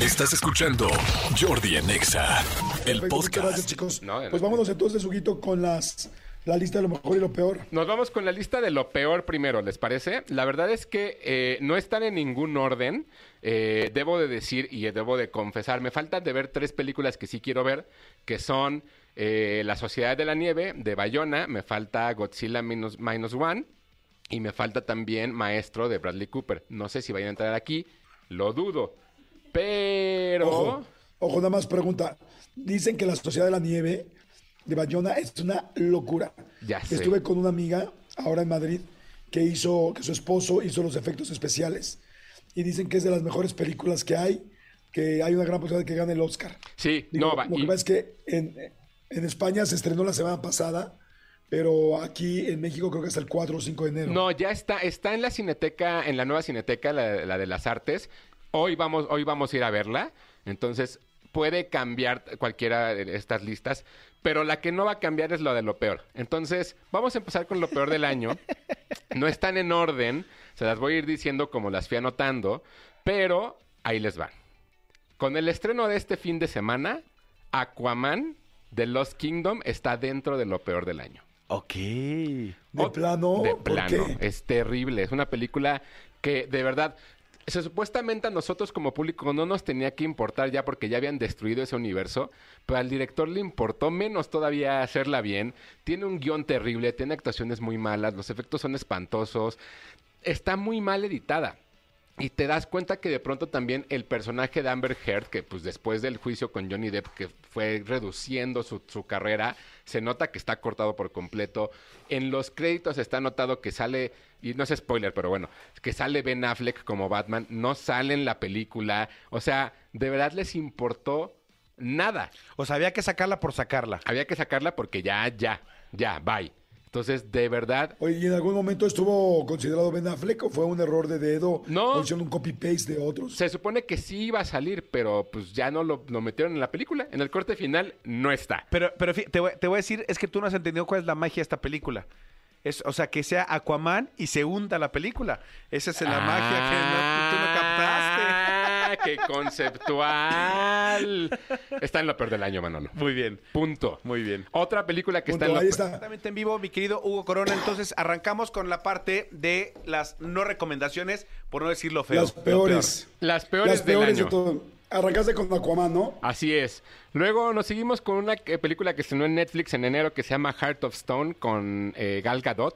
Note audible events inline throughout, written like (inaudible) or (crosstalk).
Estás escuchando Jordi en Exa, el Perfecto, muchas Gracias, podcast. chicos. No, de pues nada. vámonos entonces, Huguito, con las, la lista de lo mejor y lo peor. Nos vamos con la lista de lo peor primero, ¿les parece? La verdad es que eh, no están en ningún orden. Eh, debo de decir y debo de confesar, me faltan de ver tres películas que sí quiero ver, que son eh, La Sociedad de la Nieve de Bayona, me falta Godzilla Minus, Minus One y me falta también Maestro de Bradley Cooper. No sé si vayan a entrar aquí, lo dudo. Pero... Ojo, ojo, nada más pregunta. Dicen que la Sociedad de la Nieve de Bayona es una locura. Ya sé. Estuve con una amiga ahora en Madrid que hizo, que su esposo hizo los efectos especiales y dicen que es de las mejores películas que hay, que hay una gran posibilidad de que gane el Oscar. Sí, Digo, no, va, Lo y- que pasa es que en, en España se estrenó la semana pasada, pero aquí en México creo que hasta el 4 o 5 de enero. No, ya está, está en la cineteca, en la nueva cineteca, la, la de las artes. Hoy vamos, hoy vamos a ir a verla. Entonces, puede cambiar cualquiera de estas listas, pero la que no va a cambiar es lo de lo peor. Entonces, vamos a empezar con lo peor del año. No están en orden, se las voy a ir diciendo como las fui anotando, pero ahí les van. Con el estreno de este fin de semana, Aquaman de Lost Kingdom está dentro de lo peor del año. Ok. Oh, de Ot- plano, de ¿por plano. qué? Es terrible. Es una película que de verdad. se- supuestamente a nosotros como público no nos tenía que importar ya porque ya habían destruido ese universo, pero al director le importó menos todavía hacerla bien. Tiene un guión terrible, tiene actuaciones muy malas, los efectos son espantosos, está muy mal editada. Y te das cuenta que de pronto también el personaje de Amber Heard, que pues después del juicio con Johnny Depp, que fue reduciendo su, su carrera, se nota que está cortado por completo. En los créditos está anotado que sale, y no es spoiler, pero bueno, que sale Ben Affleck como Batman, no sale en la película. O sea, de verdad les importó nada O sea, había que sacarla por sacarla. había que sacarla porque ya, ya, ya, bye. Entonces, de verdad, Oye, ¿y en algún momento estuvo considerado Ben Affleck o fue un error de dedo? No. ¿O hicieron un copy-paste de otros? se supone que sí iba a salir, pero pues ya no lo, lo metieron en la película. En el corte final no está. Pero, pero fí- te, voy, te voy a decir, es que tú no has entendido cuál es la magia de esta película. Es, o sea, que sea Aquaman y se hunda la película. Esa es la magia que no- tú no captaste. Ah, ¡Qué conceptual! Está en lo peor del año, Manolo. Muy bien, Punto. muy bien. Otra película que Punto, está en lo ahí pe- está. Exactamente en vivo, mi querido Hugo Corona. Entonces, arrancamos con la parte de las no recomendaciones, por no decir lo feo. Las lo peores. Las peores Las del peores año. de todo. Arrancaste con Aquaman, ¿no? Así es. Luego nos seguimos con una eh, película que estrenó en Netflix en enero que se llama Heart of Stone con eh, Gal Gadot,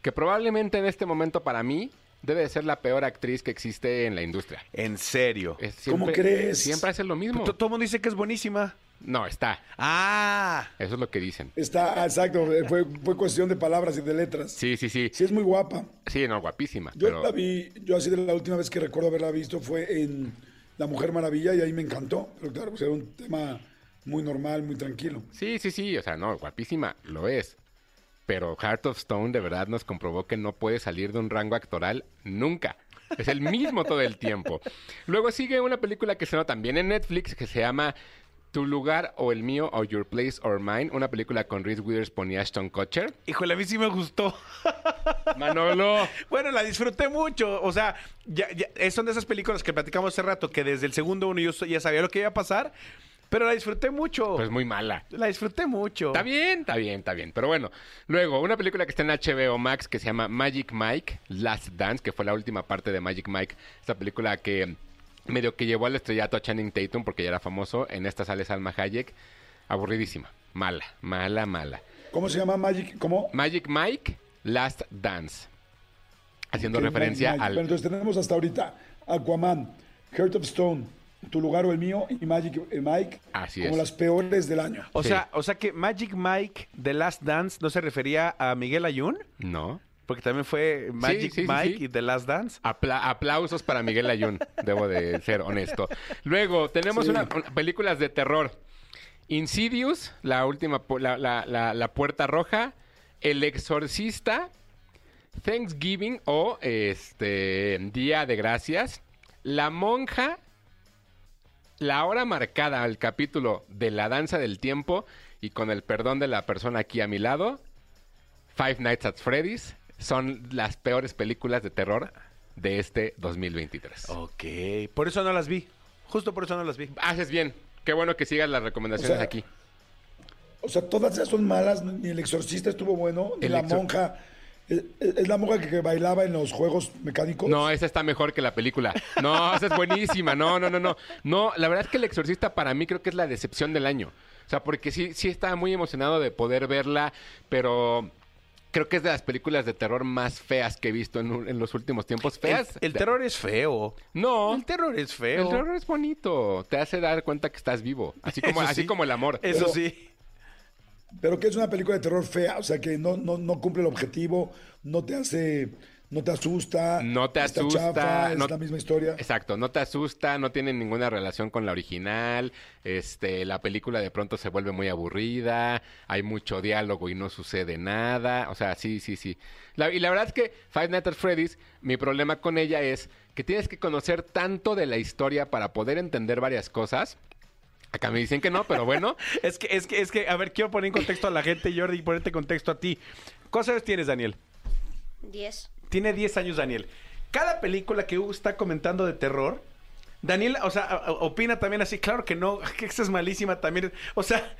que probablemente en este momento para mí debe de ser la peor actriz que existe en la industria. En serio. Es ¿Cómo crees? Siempre hace lo mismo. Pero to- Todo el mundo dice que es buenísima. No, está. Ah. Eso es lo que dicen. Está, ah, exacto, fue, fue cuestión de palabras y de letras. Sí. Sí, sí, sí. es muy guapa. Sí, no, guapísima. Yo pero- la vi, yo así de la última vez que recuerdo haberla visto fue en La Mujer Maravilla y ahí me encantó. Pero claro, pues era un tema muy normal, muy tranquilo. Sí, sí, sí. O sea, no, guapísima, lo es. Pero Heart of Stone de verdad nos comprobó que no puede salir de un rango actoral nunca. Es el mismo todo el tiempo. Luego sigue una película que se nota también en Netflix que se llama Tu lugar o el mío o Your Place or Mine, una película con Reese Witherspoon y Ashton Kutcher. Híjole, a mí sí me gustó. Manolo. Bueno, la disfruté mucho. O sea, ya, ya- eh, son de esas películas que platicamos hace rato que desde el segundo uno yo so- ya sabía lo que iba a pasar, pero la disfruté mucho. Pues muy mala. la disfruté mucho. Está bien, está bien, está bien. Pero bueno, luego, una película que está en HBO Max que se llama Magic Mike, Last Dance, que fue la última parte de Magic Mike. Esta película que medio que llevó al estrellato a Channing Tatum porque ya era famoso. En esta sale Salma Hayek. Aburridísima. Mala, mala, mala. ¿Cómo se llama Magic? ¿Cómo? Magic Mike, Last Dance. Haciendo Que es referencia Magic Mike. al... Pero entonces tenemos hasta ahorita Aquaman, Heart of Stone, Tu Lugar o el Mío y Magic eh, Mike Así como es. las peores del año. O, Sí. sea, o sea que Magic Mike de Last Dance no se refería a Miguel Ayun, No. porque también fue Magic sí, sí, Mike sí. y The Last Dance. Apla- aplausos para Miguel Ayun, (laughs) debo de ser honesto. Luego, tenemos Sí. una- una- películas de terror. Insidious, la última, pu- la, la- la- la puerta roja, El Exorcista, Thanksgiving o este Día de Gracias, La Monja, La Hora Marcada, al capítulo de La Danza del Tiempo y con el perdón de la persona aquí a mi lado, Five Nights at Freddy's son las Oh. peores películas de terror de este 2023. Ok, por eso no las vi. Justo por eso no las vi. Haces bien. Qué bueno que sigas las recomendaciones O sea, aquí. O sea, todas esas son malas. Ni el exorcista estuvo bueno, ni El la Exor- monja. Eh, eh, Es la monja que, que bailaba en los juegos mecánicos. No, eh. esa está mejor que la película. No, esa es buenísima. No, no, no, no. No, la verdad es que El Exorcista para mí creo que es la decepción del año. O sea, porque sí, sí estaba muy emocionado de poder verla, pero creo que es de las películas de terror más feas que he visto en, un- en los últimos tiempos. El, Feas. el terror es feo. No. El terror es feo. El terror es bonito. Te hace dar cuenta que estás vivo. (laughs) Así como, Eso así sí. como el amor. Eso Pero- sí. Pero que es una película de terror fea, o sea, que no, no, no cumple el objetivo, no te hace. No te asusta. No te está asusta, chafa, no- es la misma historia. Exacto, no te asusta, no tiene ninguna relación con la original, este, la película de pronto se vuelve muy aburrida, hay mucho diálogo y no sucede nada, o sea, sí, sí, sí. La- y la verdad es que Five Nights at Freddy's, mi problema con ella es que tienes que conocer tanto de la historia para poder entender varias cosas. Acá me dicen que no, pero bueno, (laughs) Es que, es que, es que, a ver, quiero poner en contexto a la gente, Jordi, y ponerte en contexto a ti. ¿Cuántos años tienes, Daniel? 10. Tiene 10 años, Daniel. Cada película que Hugo está comentando de terror, Daniel, o sea, a- a- opina también así, claro que no, (laughs) que esa es malísima también. O sea,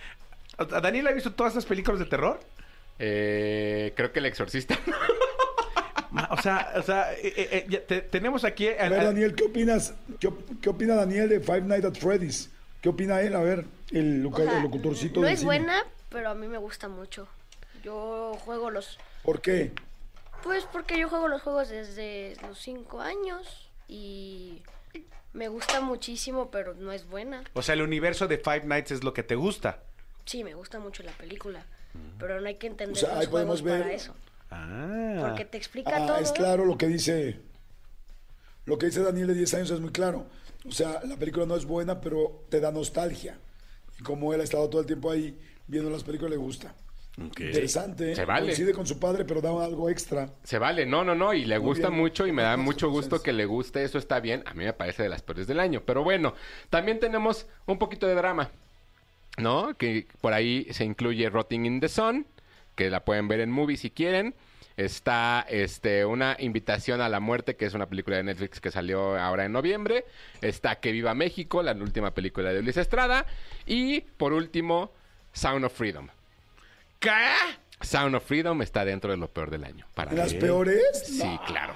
¿a- a ¿Daniel ha visto todas las películas de terror? eh, creo que el exorcista. Ma- O sea, o sea, eh, eh, eh, ya te- tenemos aquí... eh, a- A ver, a- Daniel, ¿qué opinas? ¿Qué, op- qué opina Daniel de Five Nights at Freddy's? ¿Qué opina él? A ver, el, O loca- sea, el locutorcito no del es cine. buena, pero a mí me gusta mucho. Yo juego los... ¿Por qué? Pues porque yo juego los juegos desde los 5 años y me gusta muchísimo, pero no es buena. o sea, el universo de Five Nights es lo que te gusta. Sí, me gusta mucho la película, pero no hay que entender O sea, ahí los podemos juegos para ver- eso. Ah. Porque te explica Ah, todo. es claro lo que dice. Lo que dice Daniel de 10 años es muy claro. O sea, la película no es buena, pero te da nostalgia. Y como él ha estado todo el tiempo ahí viendo las películas, le gusta. Interesante. ¿eh? Se vale. Coincide con su padre, pero da algo extra. Se vale, no, no, no, y le gusta bien. mucho y me da Gracias, mucho gusto entonces. que le guste, eso está bien, a mí me parece de las peores del año, pero bueno, también tenemos un poquito de drama, ¿no? Que por ahí se incluye Rotting in the Sun, que la pueden ver en movie si quieren. Está este, una invitación a la muerte, que es una película de Netflix que salió ahora en noviembre. Está Que Viva México, la última película de Ulises Estrada. Y por último, Sound of Freedom. ¿Qué? Sound of Freedom está dentro de lo peor del año. Para ¿Las mí. peores? Sí, No. claro.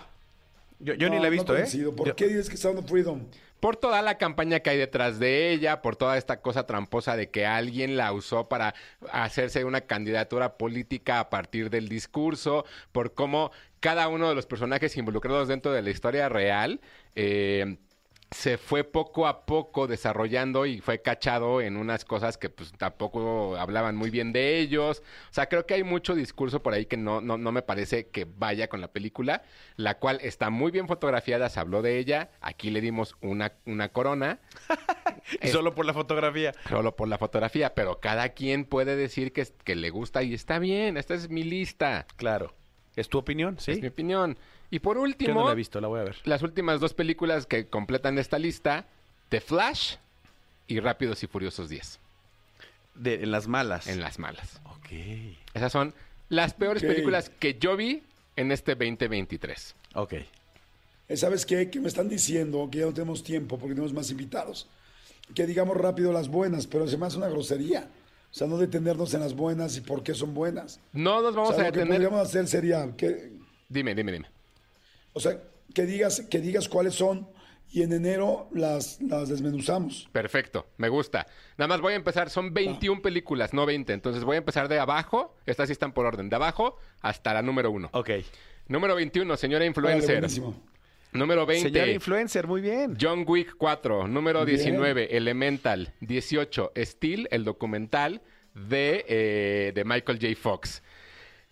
Yo, yo No, ni la he no visto, ¿eh? coincido. ¿Por Yo- qué dices que Sound of Freedom? Por toda la campaña que hay detrás de ella, por toda esta cosa tramposa de que alguien la usó para hacerse una candidatura política a partir del discurso, por cómo cada uno de los personajes involucrados dentro de la historia real eh, se fue poco a poco desarrollando y fue cachado en unas cosas que pues tampoco hablaban muy bien de ellos. O sea, creo que hay mucho discurso por ahí que no, no, no me parece que vaya con la película, la cual está muy bien fotografiada, se habló de ella, aquí le dimos una, una corona, (laughs) y Solo por la fotografía. solo por la fotografía, pero cada quien puede decir que, es- que le gusta y está bien, esta es mi lista, Claro. ¿Es tu opinión? Sí. es mi opinión. Y por Yo último, no la he visto, la voy a ver. las últimas dos películas que completan esta lista, The Flash y Rápidos y Furiosos 10, De, en las malas. en las malas. Ok. Esas son las peores Ok. películas que yo vi en este 2023. Ok. Eh, ¿Sabes qué? Que me están diciendo que ya no tenemos tiempo porque tenemos más invitados. Que digamos rápido las buenas, pero se me hace una grosería. O sea, no detenernos en las buenas y por qué son buenas. No nos vamos o sea, a lo que detener. podríamos hacer sería que, Dime, dime, dime. o sea, que digas, que digas cuáles son y en enero las, las desmenuzamos. Perfecto, me gusta. Nada más voy a empezar, son Ah. 21 películas, no 20. Entonces voy a empezar de abajo, estas sí están por orden, de abajo hasta la número 1. Ok. Número 21, señora Órale, influencer. buenísimo. número Señor 20, influencer, muy bien. John Wick 4. Número Bien. 19, Elemental. 18, Steel, el documental de, eh, de Michael J. Fox.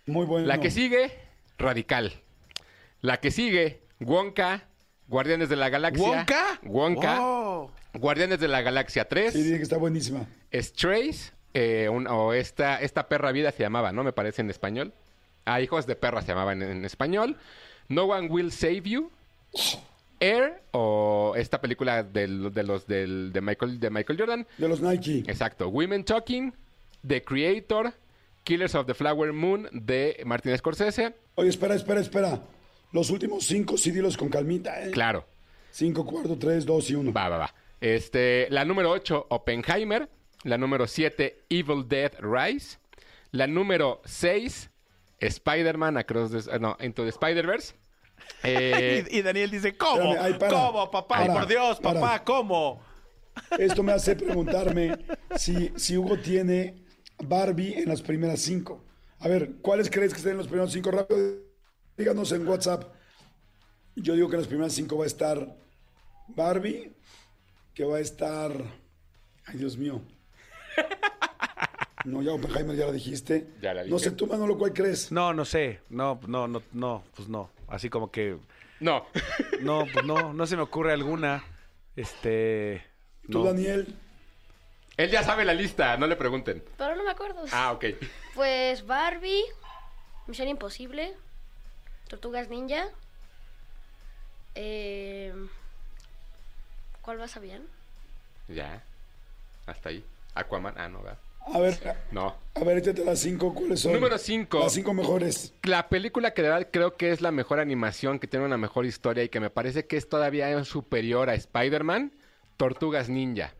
Muy bueno. La que sigue, Radical. La que sigue, Wonka, Guardianes de la Galaxia. ¿Wonka? Oh. Wonka. Wow. Guardianes de la Galaxia 3. Sí, dije que está buenísima. Strays, eh, un- o esta, esta perra vida se llamaba, ¿no? Me parece en español. Ah, hijos de perra se llamaba en, en español. No One Will Save You. Air, o esta película del- de los del- de Michael, de Michael Jordan. De los Nike. Exacto. Women Talking, The Creator, Killers of the Flower Moon de Martin Scorsese. Oye, espera, espera, espera. Los últimos cinco sí dilos con calmita, ¿eh? Claro. Cinco, cuarto, tres, dos y uno. Va, va, va. Este, la número 8, Oppenheimer. La número 7, Evil Dead Rise. La número 6, Spider-Man Across the, ah, no, Into the Spider-Verse. Eh, (laughs) y, y Daniel dice, ¿cómo? Espérame, ay, para. ¿Cómo, papá? Para, Por Dios, papá, para. ¿cómo? Esto me hace preguntarme si, si Hugo tiene Barbie en las primeras cinco. A ver, ¿cuáles crees que estén en los primeros cinco? Rápido, díganos en WhatsApp. Yo digo que en las primeras cinco va a estar Barbie, que va a estar... Ay, Dios mío. No, ya Oppenheimer ya la dijiste. Ya la No sé, dije. tú, Manolo, ¿cuál crees? No, no sé. No, no, no, no, pues no. Así como que. no. No, pues no, no se me ocurre alguna. Este. Tú, no. Daniel. Él ya sabe la lista, no le pregunten. Pero no me acuerdo. Ah, ok. Pues Barbie, Misión Imposible, Tortugas Ninja. eh, ¿Cuál más sabían? Ya. Hasta ahí. Aquaman. Ah, no, va. A ver, No. a ver, échate las cinco. ¿Cuáles son? Número cinco. Las cinco mejores. La película que de verdad creo que es la mejor animación, que tiene una mejor historia y que me parece que es todavía superior a Spider-Man, Tortugas Ninja.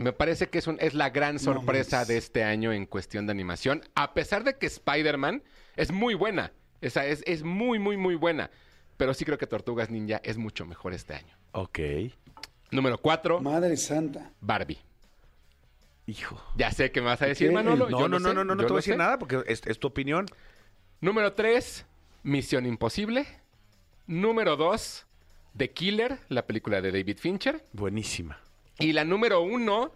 Me parece que es, un- es la gran sorpresa mames. de este año en cuestión de animación, a pesar de que Spider-Man es muy buena. Esa es, es muy, muy, muy buena. Pero sí creo que Tortugas Ninja es mucho mejor este año. Ok. Número 4, Madre santa. Barbie. Hijo. Ya sé que me vas a decir, ¿Qué? Manolo. No, yo no, lo no, sé, no, no, no yo te voy lo a decir sé. nada porque es, es tu opinión. Número 3, Misión Imposible. Número 2, The Killer, la película de David Fincher. Buenísima. Y la número 1,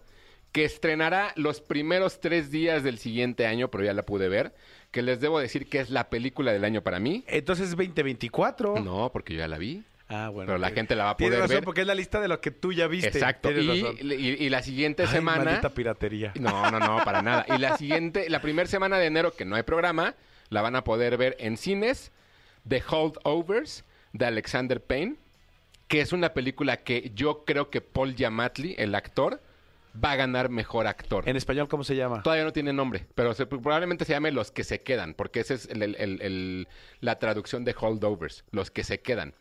que estrenará los primeros tres días del siguiente año, pero ya la pude ver, que les debo decir que es la película del año para mí. Entonces es 2024. No, porque yo ya la vi. Ah, bueno. Pero la ok. gente la va a Tienes poder razón, ver. porque es la lista de lo que tú ya viste. Exacto. Tienes Y, razón. y- y la siguiente Ay, semana... maldita piratería. No, no, no, para nada. Y la siguiente, la primera semana de enero que no hay programa, la van a poder ver en cines, The Holdovers de Alexander Payne, que es una película que yo creo que Paul Giamatti, el actor, va a ganar mejor actor. En español, ¿cómo se llama? Todavía no tiene nombre, pero se- probablemente se llame Los que se quedan, porque esa es el- el- el- el- la traducción de Holdovers, Los que se quedan.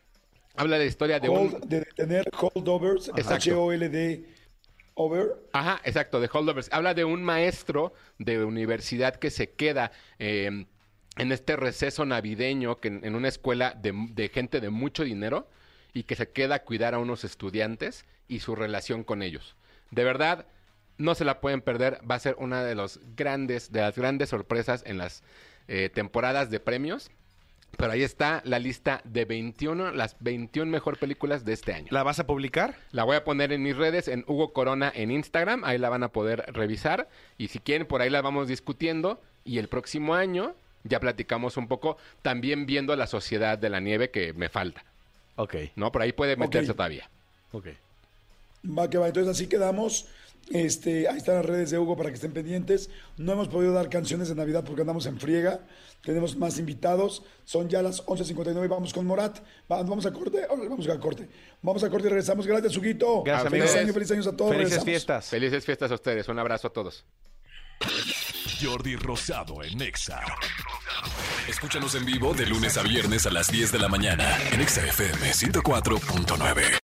Habla de la historia de un... Hold- de detener holdovers. Exacto. H-O-L-D. Over. Ajá, exacto, de Holdovers. Habla de un maestro de universidad que se queda eh, en este receso navideño, que en, en una escuela de, de gente de mucho dinero y que se queda a cuidar a unos estudiantes y su relación con ellos. De verdad, no se la pueden perder. Va a ser una de, los grandes, de las grandes sorpresas en las eh, temporadas de premios. Pero ahí está la lista de 21, las 21 mejor películas de este año. ¿La vas a publicar? La voy a poner en mis redes, en Hugo Corona en Instagram, ahí la van a poder revisar y si quieren por ahí la vamos discutiendo y el próximo año ya platicamos un poco también viendo la sociedad de la nieve que me falta, Ok, ¿no? Por ahí puede meterse Ok. todavía. ok. Va que va, entonces así quedamos. Este, ahí están las redes de Hugo para que estén pendientes. No hemos podido dar canciones de Navidad porque andamos en friega. Tenemos más invitados. Son ya las 11.59. Vamos con Morat. Va- vamos a corte. Órale, vamos a corte. Vamos a corte y regresamos. Gracias, Huguito. Gracias, feliz amigos. año, feliz años a todos. Felices Regresamos. fiestas. Felices fiestas a ustedes, un abrazo a todos. Jordi Rosado en Exa. Escúchanos en vivo de lunes a viernes a las 10 de la mañana en Exa FM 104.9.